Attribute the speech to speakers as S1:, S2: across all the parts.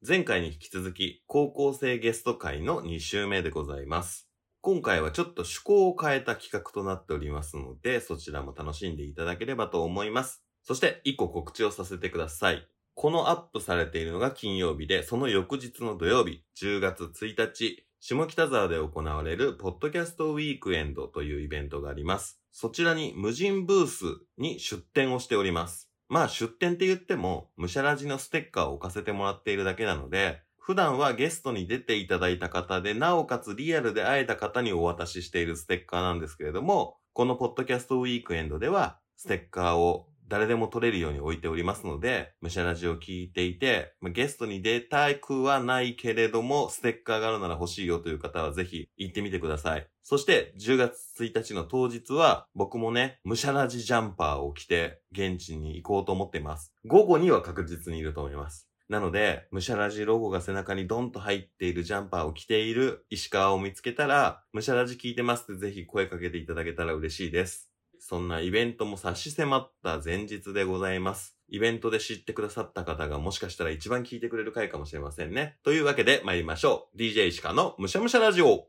S1: 前回に引き続き、高校生ゲスト会の2週目でございます。今回はちょっと趣向を変えた企画となっておりますので、そちらも楽しんでいただければと思います。そして、一個告知をさせてください。このアップされているのが金曜日で、その翌日の土曜日、10月1日、下北沢で行われる、ポッドキャストウィークエンドというイベントがあります。そちらに無人ブースに出展をしております。まあ出展って言っても、むしゃらじのステッカーを置かせてもらっているだけなので、普段はゲストに出ていただいた方で、なおかつリアルで会えた方にお渡ししているステッカーなんですけれども、このポッドキャストウィークエンドでは、ステッカーを誰でも取れるように置いておりますので、むしゃらじを聞いていて、まあゲストに出たくはないけれども、ステッカーがあるなら欲しいよという方はぜひ行ってみてください。そして、10月1日の当日は、僕もね、むしゃらじジャンパーを着て、現地に行こうと思っています。午後には確実にいると思います。なので、ムシャラジロゴが背中にドンと入っているジャンパーを着ている石川を見つけたら、ムシャラジ聞いてますってぜひ声かけていただけたら嬉しいです。そんなイベントも差し迫った前日でございます。イベントで知ってくださった方がもしかしたら一番聞いてくれる回かもしれませんね。というわけで参りましょう。DJ 石川のむしゃむしゃラジオ。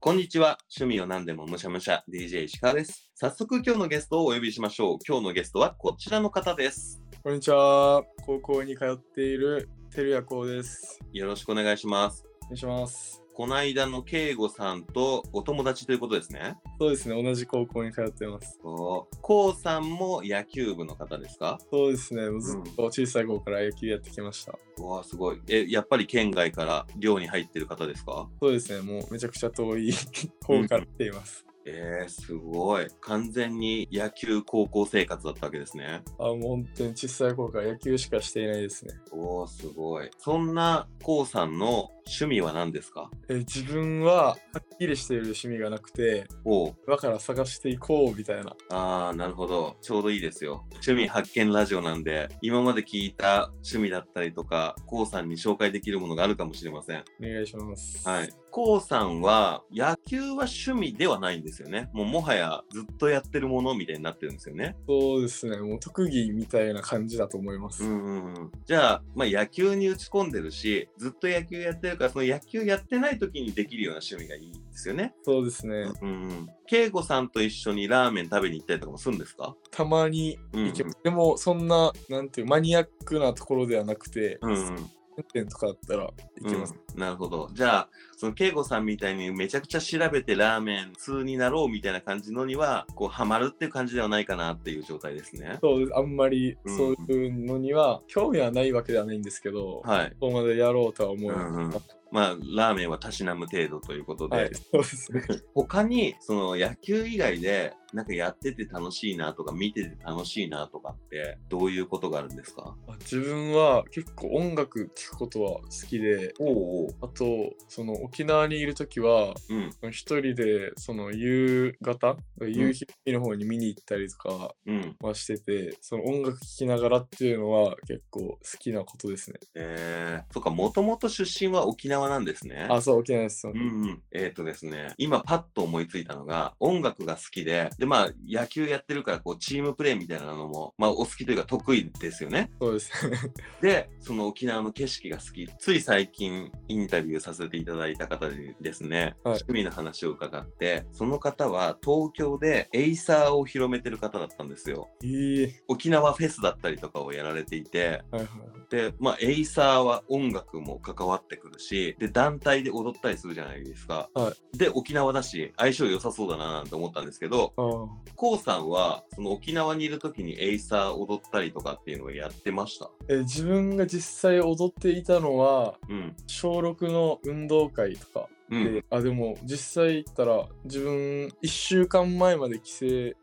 S1: こんにちは。趣味を何でもむしゃむしゃ DJ 石川です。早速今日のゲストをお呼びしましょう。今日のゲストはこちらの方です。
S2: こんにちは。高校に通っている照屋こうです。
S1: よろしくお願いします。
S2: お願いします。
S1: この間の慶吾さんとお友達ということですね。
S2: そうですね、同じ高校に通ってます。
S1: こうこうさんも野球部の方ですか
S2: そうですね、もうずっと小さい頃から野球やってきました。
S1: うわあすごい。え、やっぱり県外から寮に入ってる方ですか
S2: そうですね、もうめちゃくちゃ遠い 方から来ています。
S1: えー、すごい。完全に野球高校生活だったわけですね。
S2: あもう本当に小さい頃から野球しかしていないですね。
S1: おおすごい。そんなこうさんの趣味は何ですか
S2: え自分ははっきりしている趣味がなくて、
S1: おう
S2: だから探していこうみたいな。
S1: あー、なるほど。ちょうどいいですよ。趣味発見ラジオなんで、今まで聞いた趣味だったりとか、こうさんに紹介できるものがあるかもしれません。
S2: お願いします。
S1: はい。。こうさんは、野球は趣味ではないんですよね。もうもはやずっとやってるものみたいになってるんですよね。
S2: そうですね、もう特技みたいな感じだと思います。
S1: うんうんうん、じゃあ、まあ、野球に打ち込んでるしずっと野球やってるからその野球やってない時にできるような趣味がいいですよね。
S2: そうですね、
S1: うんうん、恵子さんと一緒にラーメン食べに行ったりとかもするんですか、
S2: たまに
S1: うんうん
S2: 行けますでもそんななんていうマニアックなところではなくて、
S1: うんうん
S2: 1点とかだったら行けます、
S1: うんなるほどじゃあその恵子さんみたいにめちゃくちゃ調べてラーメン通になろうみたいな感じのにはこうハマるっていう感じではないかなっていう状態ですね。
S2: そうですあんまり
S1: うん
S2: そういうのには興味はないわけではないんですけど、
S1: はい、
S2: そこまでやろうとは思う、
S1: うんうんまあラーメンはたしなむ程度ということで、
S2: はいそうですね
S1: 他にその野球以外でなんかやってて楽しいなとか見てて楽しいなとかってどういうことがあるんですか
S2: 自分は結構音楽聴くことは好きで
S1: おうおう
S2: あとその沖縄にいる時は
S1: うん
S2: 一人でその夕方夕日の方に見に行ったりとか、
S1: うん
S2: はしててその音楽聴きながらっていうのは結構好きなことですね。
S1: えー、そっかもともと出身は沖縄なんですね
S2: あ、そう、沖縄です。そう
S1: うんうん、えっ、とですね今パッと思いついたのが音楽が好きででまあ野球やってるからこうチームプレーみたいなのもまあお好きというか得意ですよね
S2: そうですね。
S1: でその沖縄の景色が好きつい最近インタビューさせていただいた方にですね、
S2: はい
S1: 趣味の話を伺ってその方は東京でエイサーを広めてる方だったんですよ
S2: いい。
S1: 沖縄フェスだったりとかをやられていて
S2: はいはい。
S1: でまあエイサーは音楽も関わってくるしで団体で踊ったりするじゃないですか、
S2: は
S1: で沖縄だし相性良さそうだななんて思ったんですけど
S2: ああ。
S1: こうさんはその沖縄にいる時にエイサー踊ったりとかっていうのをやってました
S2: え自分が実際踊っていたのは
S1: うん
S2: 小6の運動会とか
S1: う
S2: で、
S1: ん
S2: あでも実際行ったら自分1週間前まで帰省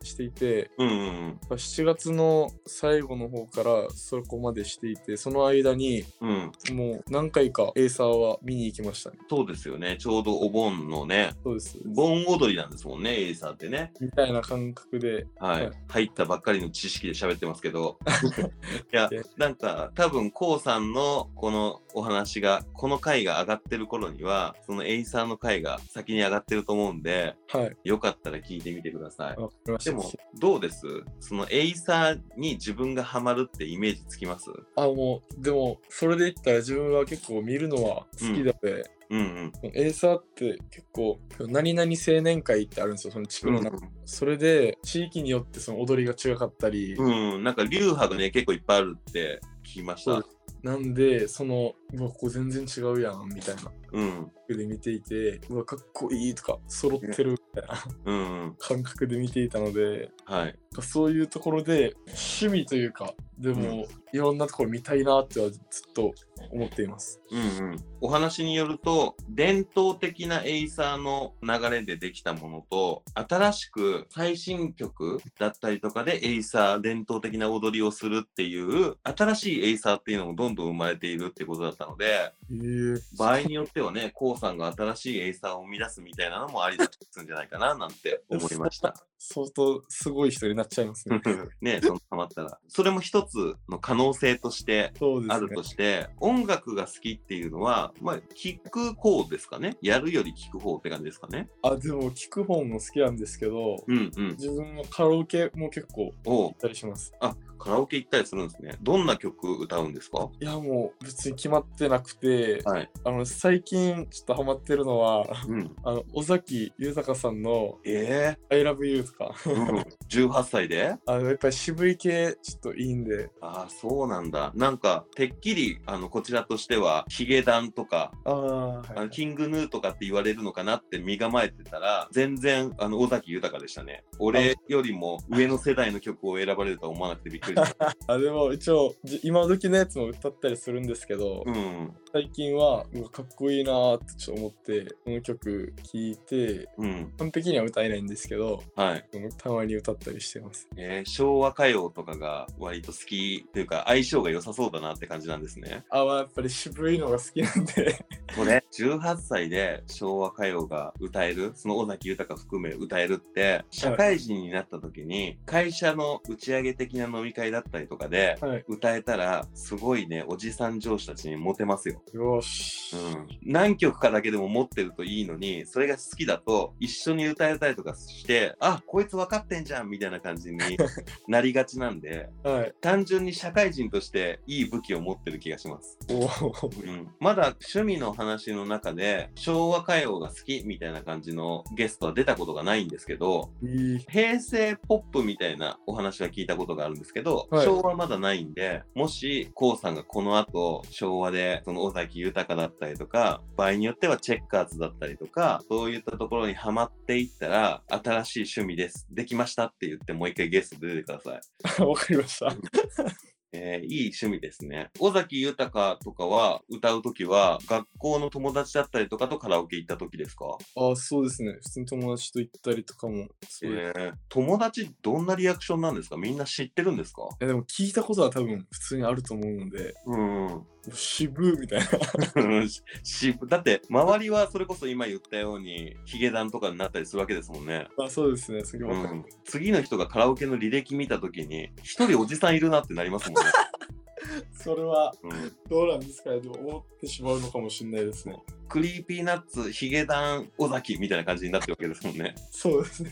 S2: していて
S1: うんうんうん
S2: やっぱ7月の最後の方からそこまでしていてその間に
S1: うん、
S2: もう何回かエイサーは見に行きましたね。
S1: そうですよね。ちょうどお盆のね、
S2: そうです。
S1: 盆踊りなんですもんね、エイサーってね。
S2: みたいな感覚で
S1: はい。
S2: はい
S1: 入ったばっかりの知識で喋ってますけ ど。いや、なんか、多分、こうさんのこのお話が、この回が上がってる頃には、そのエイさんの回が先に上がってると思うんで、
S2: はい。
S1: よかったら聞いてみてください。
S2: わかりまし
S1: で
S2: た。
S1: も、どうですそのエイサーに自分がハマるってイメージつきます
S2: あ、もう、でも、それで言ったら自分は結構見るのは好きだって、
S1: うん
S2: エーサーって結構何々青年会ってあるんですよその地
S1: う
S2: 区
S1: ん。
S2: の中、それで地域によってその踊りが違かったり、
S1: うん、うん、なんか流派がね、結構いっぱいあるって聞きまし
S2: そう
S1: た
S2: で。すなんでそのうわここ全然違うやんみたいな
S1: うん、
S2: で見ていてうわかっこいいとか揃ってるみたいな
S1: うん、うん。
S2: 感覚で見ていたので
S1: はい。
S2: そういうところで趣味というかでも、いろんなところ見たいなってはずっと思っています
S1: うんうん、お話によると伝統的なエイサーの流れでできたものと新しく最新曲だったりとかでエイサー伝統的な踊りをするっていう新しいエイサーっていうのもどんどん生まれているってことだったので
S2: へえ
S1: 場合によってはね k o さんが新しいエイサーを生み出すみたいなのもありだったんじゃないかななんて思いました。
S2: 相当すごい人になっちゃいますね
S1: ね そのハマったらそれも一つの可能性として
S2: そうで
S1: あ
S2: す
S1: る
S2: ね
S1: として、音楽が好きっていうのは、まあ、聞く方ですかね。やるより聞く方って感じですかね。
S2: あでも聞く方も好きなんですけど
S1: うんうん。
S2: 自分もカラオケも結構
S1: お
S2: 行
S1: う
S2: ったりします
S1: あ、カラオケ行ったりするんですね。どんな曲歌うんですか
S2: いやもう別に決まってなくて
S1: はい。
S2: あの最近ちょっとハマってるのは
S1: うん。
S2: あの尾崎豊さんの
S1: え
S2: 「ILOVEYOU」とか
S1: え 18歳で
S2: あのやっぱり渋い系ちょっといいんで
S1: ああ、そうなんだ。なんか、てっきり、あの、こちらとしては、ヒゲダンとか、
S2: ああ
S1: あ
S2: は
S1: の
S2: い
S1: キングヌーとかって言われるのかなって身構えてたら、全然、あの、尾崎豊でしたね。俺よりも上の世代の曲を選ばれるとは思わなくてびっくり した。
S2: あでも一応じ今時のやつも歌ったりするんですけど、
S1: うん。
S2: 最近はうわかっこいいなーってちょっと思ってこの曲聴いて
S1: うん。
S2: 完璧には歌えないんですけど
S1: はい。
S2: うんたまに歌ったりしてます
S1: えー昭和歌謡とかが割と好きというか相性が良さそうだなって感じなんですね。
S2: あまあやっぱり渋いのが好きなんで
S1: これ18歳で昭和歌謡が歌えるその尾崎豊含め歌えるって社会人になった時に会社の打ち上げ的な飲み会だったりとかで
S2: はい。
S1: 歌えたらすごいねおじさん上司たちにモテますよ。
S2: よし。
S1: うん、何曲かだけでも持ってるといいのにそれが好きだと一緒に歌えたりとかしてあこいつ分かってんじゃんみたいな感じになりがちなんで。
S2: はい。
S1: 単純に社会人としていい武器を持ってる気がします、
S2: おー
S1: うん、まだ趣味の話の中で昭和歌謡が好きみたいな感じのゲストは出たことがないんですけど
S2: い い。
S1: 平成ポップみたいなお話は聞いたことがあるんですけど、
S2: はい
S1: 昭和まだないんでもし k o さんがこの後昭和でその尾崎豊だったりとか場合によってはチェッカーズだったりとかそういったところにハマっていったら新しい趣味ですできましたって言ってもう一回ゲスト出てください。
S2: わかりました。
S1: えーいい趣味ですね。尾崎豊とかは歌うときは学校の友達だったりとかとカラオケ行ったときですか、
S2: あそうですね。普通に友達と行ったりとかも。
S1: え
S2: そうです
S1: ー友達どんなリアクションなんですかみんな知ってるんですか
S2: えでも聞いたことは多分普通にあると思うので、
S1: うん。
S2: 渋いみたいな。
S1: しだって周りはそれこそ今言ったようにヒゲダンとかになったりするわけですもんね。
S2: あそうですね。それ
S1: う
S2: わかる
S1: ん、次の人がカラオケの履歴見たときに一人おじさんいるなってなりますもんね。
S2: それは
S1: うん
S2: どうなんですかね。でも思ってしまうのかもしれないですね。
S1: クリーピーナッツ、ヒゲダン、尾崎みたいな感じになってるわけですもんね。
S2: そうですね。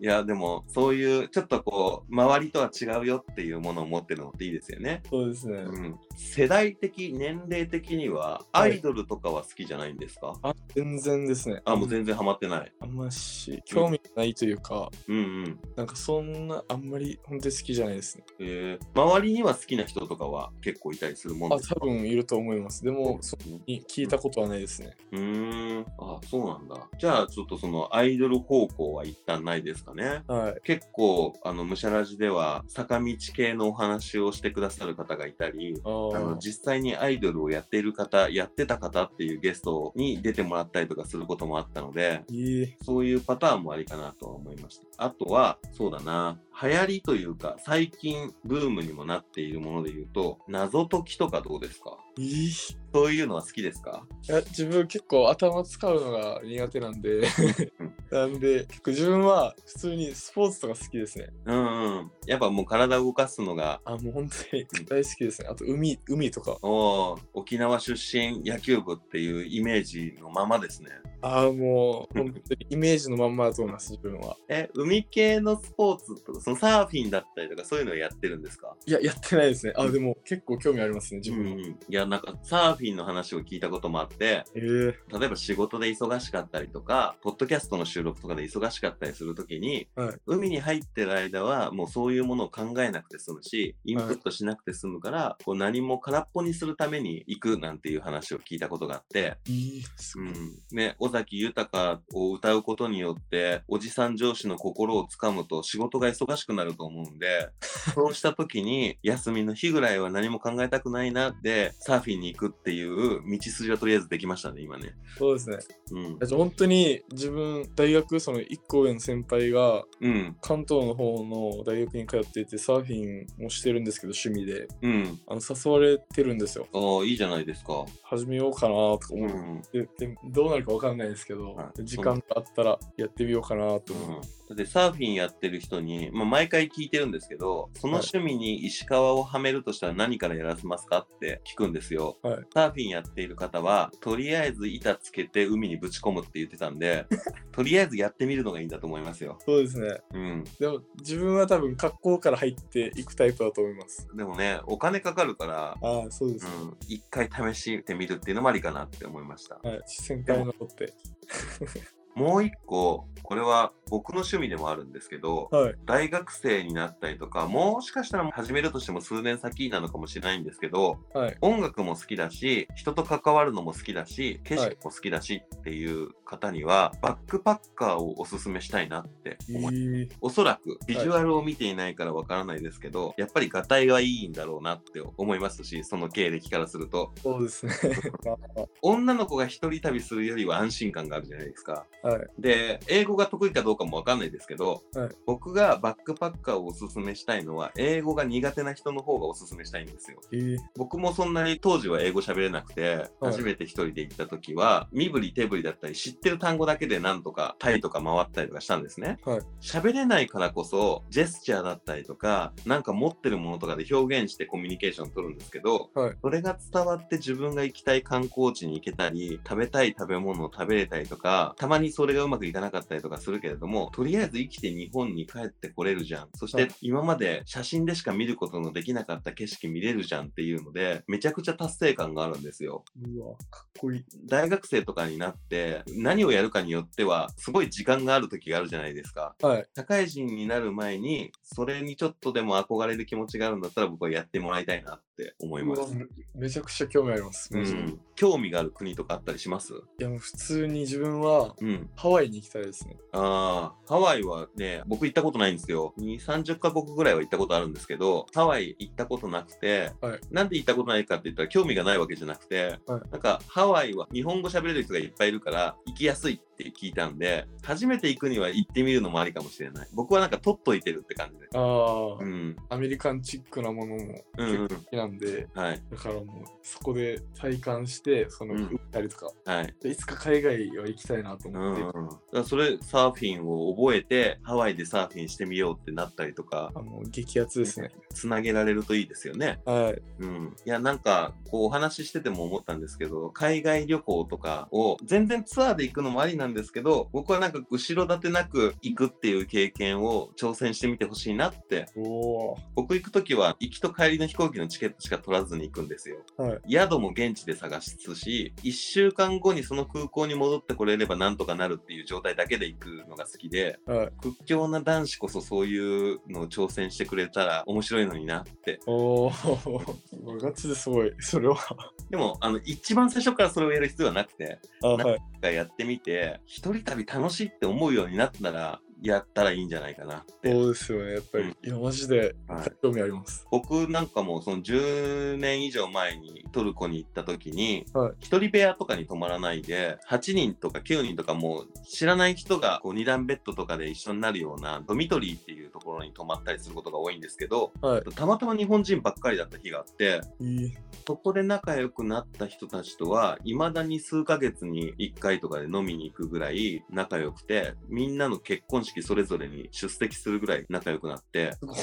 S1: いやでもそういうちょっとこう周りとは違うよっていうものを持ってるのっていいですよね。
S2: そうですね。
S1: うん、世代的年齢的にはア
S2: はい
S1: イドルとかは好きじゃないんですか、
S2: あ全然ですね。
S1: あもう全然ハマってない。
S2: あんまし興味ないというか、
S1: うんうん。
S2: なんかそんなあんまり本当に好きじゃないですね。
S1: えー、周りには好きな人とかは結構いたりするもん
S2: あ
S1: です
S2: 多
S1: か
S2: 分いると思います。でも、そん
S1: う
S2: なに聞いたことはないですね。
S1: ーん。あそうなんだ。じゃあちょっとそのアイドル方向は一旦ないですかね。
S2: はい。
S1: 結構あのむしゃらじでは坂道系のお話をしてくださる方がいたり、
S2: あ
S1: あ
S2: ー
S1: の実際にアイドルをやっている方やってた方っていうゲストに出てもらったりとかすることもあったので
S2: いい。
S1: そういうパターンもありかなとは思いましたあとはそうだな流行りというか最近ブームにもなっているもので言うと謎解きとかどうですか
S2: いい。い
S1: そういうのは好きですか
S2: や自分結構頭使うのが苦手なんで、なんで、結構自分は普通にスポーツとか好きですね。
S1: うんうん。やっぱもう体動かすのが、
S2: あ、もう本当に大好きですね。あと、海、海とか。
S1: おー沖縄出身野球部っていうイメージのままですね。
S2: ああ、もう、本当にイメージのまんまだと思います、自分は。
S1: え、海系のスポーツとか、そのサーフィンだったりとかそういうのやってるんですか
S2: いや、やってないですね。あ、でも結構興味ありますね、自
S1: うん
S2: 分は。
S1: うん。いや、なんかサーフィンの話を聞いたこともあって、
S2: えー
S1: 例えば仕事で忙しかったりとか、ポッドキャストの収録とかで忙しかったりするときに、
S2: はい
S1: 海に入ってる間はもうそういうものを考えなくて済むし、インプットしなくて済むから、こう何も空っぽにするために行くなんていう話を聞いたことがあって、
S2: いい、す
S1: う
S2: ご
S1: ん
S2: い。
S1: ね、尾崎豊を歌うことによって、おじさん上司の心をつかむと仕事が忙しくなると思うん で、そうした時に、休みの日ぐらいは何も考えたくないなって、サーフィンに行くっていう道筋はとりあえずできましたね、今ね。
S2: そうですね。
S1: うん
S2: だ。って本当に自分、大学、その1個上の先輩が、
S1: うん。
S2: 関東の方の大学に通っていて、サーフィンもしてるんですけど、趣味で。
S1: うん。
S2: あの、誘われてるんですよ。
S1: ああ、いいじゃないですか。
S2: 始めようかなとか
S1: う
S2: 思
S1: ん。
S2: っ
S1: う
S2: て
S1: ん。
S2: ででどうなるかわかんないですけど、
S1: はい
S2: 時間があったらやってみようかなと思う、
S1: だってサーフィンやってる人に、まあ、毎回聞いてるんですけど、その
S2: はい
S1: 趣味に石川をはめるとしたら何からやらせますかって聞くんですよ。
S2: はい
S1: サーフィンやっている方は、とりあえず板つけて海にぶち込むって言ってたん で、とりあえずやってみるのがいいんだと思いますよ。
S2: そうですね
S1: うん。
S2: でも自分は多分格好から入っていくタイプだと思います
S1: でもね、お金かかるから、
S2: ああそうで
S1: う
S2: す、
S1: ん、一回試してみるっていうのもありかなって思いました。
S2: はい先輩の子って
S1: もう一個、これは僕の趣味でもあるんですけど、
S2: はい
S1: 大学生になったりとか、もしかしたら始めるとしても数年先なのかもしれないんですけど、
S2: はい
S1: 音楽も好きだし、人と関わるのも好きだし、景色も好きだしっていう方には、バックパッカーをおすすめしたいなって
S2: い
S1: 思います。
S2: い
S1: おそらくビジュアルを見ていないからわからないですけど、やっぱりガタイがいいんだろうなって思いますし、その経歴からすると、
S2: そうですね
S1: 女の子が一人旅するよりは安心感があるじゃないですか。
S2: はい
S1: で、英語が得意かどうかもわかんないですけど、
S2: はい
S1: 僕がバックパッカーをおすすめしたいのは、英語が苦手な人の方がおすすめしたいんですよ。
S2: いい
S1: 僕もそんなに当時は英語喋れなくて、
S2: はい
S1: 初めて一人で行った時は、身振り手振りだったり、知ってる単語だけでなんとかタイとか回ったりとかしたんですね。
S2: はい
S1: 喋れないからこそ、ジェスチャーだったりとか、なんか持ってるものとかで表現してコミュニケーション取るんですけど、
S2: はい
S1: それが伝わって自分が行きたい観光地に行けたり、食べたい食べ物を食べれたりとか、たまにそれがうまくいかなかったりとかするけれども、とりあえず生きて日本に帰ってこれるじゃん。そし
S2: は
S1: て
S2: い
S1: 今まで写真でしか見ることのできなかった景色見れるじゃんっていうので、めちゃくちゃ達成感があるんですよ。
S2: うわかっこいい
S1: 大学生とかになって何をやるかによってはすごい時間がある時があるじゃないですか
S2: はい
S1: 社会人になる前にそれにちょっとでも憧れる気持ちがあるんだったら僕はやってもらいたいなって思いま
S2: う
S1: す
S2: わめちゃくちゃ興味あります、
S1: う
S2: マジでい
S1: ん興味がある国とかあったりします
S2: やもう普通に自分は
S1: うん
S2: ハワイに行きたいですね
S1: ああハワイはね僕行ったことないんですよ2 3 0カ国ぐらいは行ったことあるんですけどハワイ行ったことなくて、
S2: はい
S1: なんで行ったことないかって言ったら興味がないわけじゃなくて、
S2: は
S1: なんかハワイは日本語喋れる人がいっぱいいるから行きやすいって聞いたんで初めて行くには行ってみるのもありかもしれない僕はなんか取っといてるって感じで
S2: ああ、
S1: うん
S2: アメリカンチックなものも
S1: うんうん
S2: 好きなんで、
S1: はい
S2: だからもうそこで体感してその
S1: うん
S2: 打ったりとか、
S1: はい
S2: でいつか海外は行きたいなと
S1: う
S2: 思
S1: ん
S2: っ
S1: う
S2: て、
S1: ん、だからそれサーフィンを覚えてハワイでサーフィンしてみようってなったりとか
S2: あの激アツですね。
S1: つなげられるといいですよね。
S2: はい。
S1: うん、いやなんかこうお話ししてても思ったんですけど海外旅行とかを全然ツアーで行くのもありなんですけど僕はなんか後ろ盾なく行くっていう経験を挑戦してみてほしいなって
S2: おお
S1: 僕行く時は行きと帰りの飛行機のチケットしか取らずに行くんですよ、
S2: は
S1: 宿も現地で探すし1週間後にその空港に戻ってこれればなんとかなるっていう状態だけで行くのが好きで
S2: ー。はい。
S1: 屈強な男子こそそういうのを挑戦してくれたら面白いのになって
S2: おお。ガチですごい。それは。
S1: でも、あの、一番最初からそれをやる必要はなくて、
S2: あはい。
S1: やってみて、一人旅楽しいって思うようになったら、やったらいいんじゃないかなって。
S2: そうですよね、やっぱり。いや、マジで
S1: はい
S2: 興味あります。
S1: 僕なんかもその10年以上前にトルコに行った時に、
S2: はい
S1: 一人部屋とかに泊まらないで8人とか9人とかもう知らない人がこう2段ベッドとかで一緒になるようなドミトリーっていうところに泊まったりすることが多いんですけど
S2: はい。
S1: たまたま日本人ばっかりだった日があって
S2: いい
S1: そこで仲良くなった人たちとは、未だに数ヶ月に1回とかで飲みに行くぐらい仲良くて、みんなの結婚式それぞれに出席するぐらい仲良くなって、
S2: すごい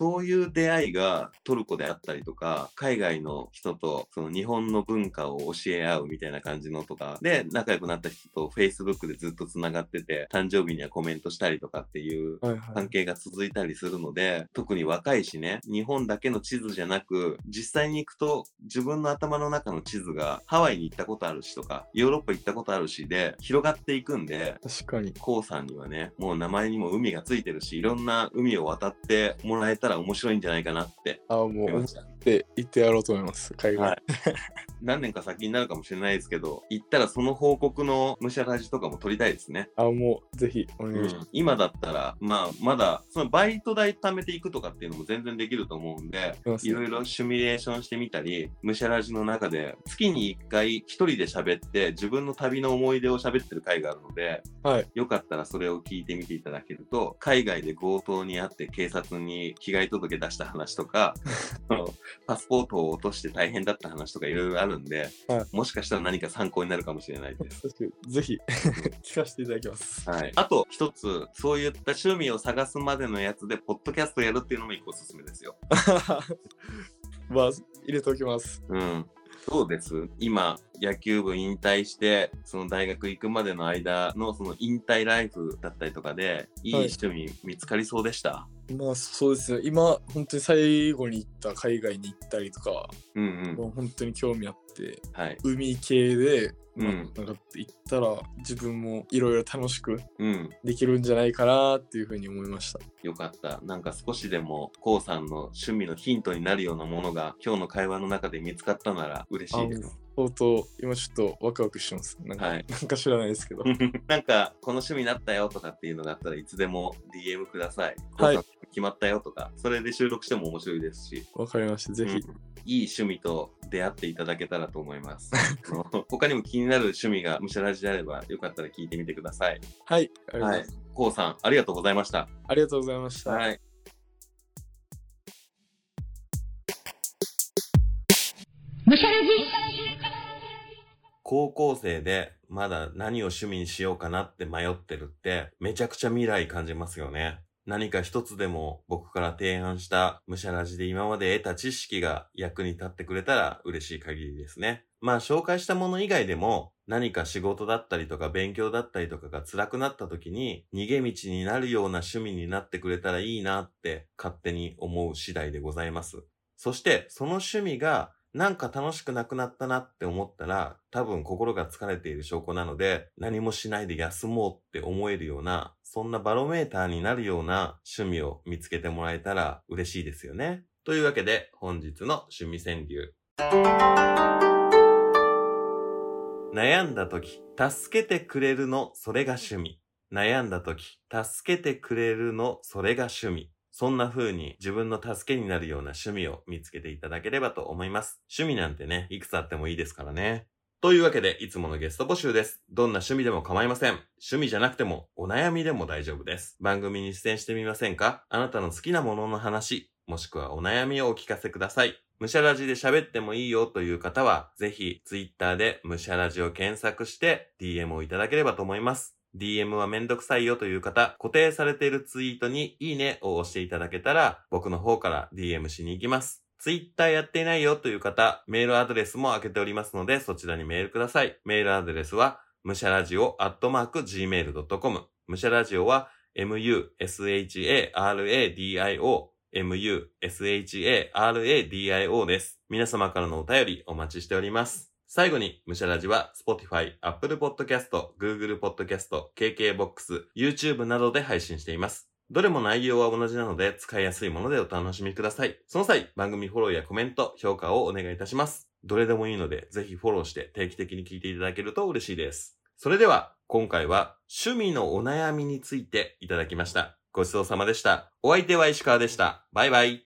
S1: そういう出会いがトルコであったりとか、海外の人とその日本の文化を教え合うみたいな感じのとか、で、仲良くなった人と Facebook でずっと繋がってて、誕生日にはコメントしたりとかっていう
S2: はいは
S1: 関
S2: い。
S1: 係が続いたりするので、特に若いしね、日本だけの地図じゃなく、実際に行くと自分の頭の中の地図がハワイに行ったことあるしとか、ヨーロッパ行ったことあるしで、広がっていくんで、
S2: 確かに。
S1: コウさんにはね、もう名前にも海がついてるし、いろんな海を渡ってもらえたら面白いんじゃないかなって
S2: あもう、
S1: 思い
S2: 思っ
S1: ました。
S2: て行ってやろうと思います、海
S1: は
S2: 外
S1: い。何年か先になるかもしれないですけど、行ったらその報告のむしゃらじとかも取りたいですね。
S2: あもう、ぜひ、お
S1: う
S2: 願いしま
S1: ん、今だったら、まあ、まだ、そのバイト代貯めていくとかっていうのも全然できると思うんで、
S2: す。
S1: いろいろシミュレーションしてみたり、むしゃらじの中で、月に1回一人で喋って、自分の旅の思い出を喋ってる回があるので、
S2: はい。
S1: よかったらそれを聞いてみていただけると、海外で強盗に遭って警察に被害届出した話とか、そのパスポートを落として大変だった話とかいろいろあるんで、
S2: は
S1: もしかしたら何か参考になるかもしれないです。
S2: 確かにぜひ、聞かせていただきます。
S1: はい、あと一つそういった趣味を探すまでのやつでポッドキャストやるっていうのも一個おすすめですよ。
S2: まあ、入れておきます。
S1: うんどうです今野球部引退してその大学行くまでの間のその引退ライフだったりとかでいい
S2: はい
S1: 趣味見つかりそうでした、
S2: まあ、そうですね。今、本当に最後に行った海外に行ったりとか、
S1: うんう
S2: も
S1: ん
S2: う本当に興味あって、
S1: はい
S2: 海系で、まあ
S1: うん
S2: なんか行ったら、自分もいろいろ楽しく
S1: うん
S2: できるんじゃないかなっていうふうに思いました。
S1: よかったなんか少しでもこうさんの趣味のヒントになるようなものが今日の会話の中で見つかったなら嬉しいです。
S2: 相当、今ちょっとワクワクしてます。なんか、
S1: はい
S2: なんか知らないですけど。
S1: なんか、この趣味になったよとかっていうのがあったらいつでも DM ください。
S2: はい
S1: こううの決まったよとか、それで収録しても面白いですし、
S2: わかりました。ぜひ。
S1: うんいい趣味と出会っていただけたらと思い ます。あの他にも気になる趣味がむしゃらじであれば、よかったら聞いてみてください。
S2: はい。ありがとうござ
S1: はいい
S2: ます。。
S1: こうさん、ありがとうございました。
S2: ありがとうございました。
S1: はい。
S3: むしゃらじ
S1: 高校生でまだ何を趣味にしようかなって迷ってるってめちゃくちゃ未来感じますよね。何か一つでも僕から提案したむしゃらじで今まで得た知識が役に立ってくれたら嬉しい限りですね。まあ紹介したもの以外でも何か仕事だったりとか勉強だったりとかが辛くなった時に逃げ道になるような趣味になってくれたらいいなって勝手に思う次第でございます。そして、その趣味が、なんか楽しくなくなったなって思ったら、多分心が疲れている証拠なので、何もしないで休もうって思えるような、そんなバロメーターになるような趣味を見つけてもらえたら嬉しいですよね。というわけで、本日の趣味川柳。悩んだ時、助けてくれるの、それが趣味。悩んだ時、助けてくれるの、それが趣味。そんな風に自分の助けになるような趣味を見つけていただければと思います。趣味なんてね、いくつあってもいいですからね。というわけで、いつものゲスト募集です。どんな趣味でも構いません。趣味じゃなくても、お悩みでも大丈夫です。番組に出演してみませんかあなたの好きなものの話、もしくはお悩みをお聞かせください。むしゃらじで喋ってもいいよという方は、ぜひ、ツイッターでむしゃらじを検索して、DM をいただければと思います。DM はめんどくさいよという方、固定されているツイートにいいねを押していただけたら、僕の方から DM しに行きます。Twitter やっていないよという方、メールアドレスも開けておりますので、そちらにメールください。メールアドレスは、むしゃらじおアットマーク gmail.com。むしゃらじおは、musharadio、musharadio です。皆様からのお便りお待ちしております。最後に、むしゃらじは、Spotify、Apple Podcast、Google Podcast、KKBOX、YouTube などで配信しています。どれも内容は同じなので、使いやすいものでお楽しみください。その際、番組フォローやコメント、評価をお願いいたします。どれでもいいので、ぜひフォローして定期的に聞いていただけると嬉しいです。それでは、今回は趣味のお悩みについていただきました。ごちそうさまでした。お相手は石川でした。バイバイ。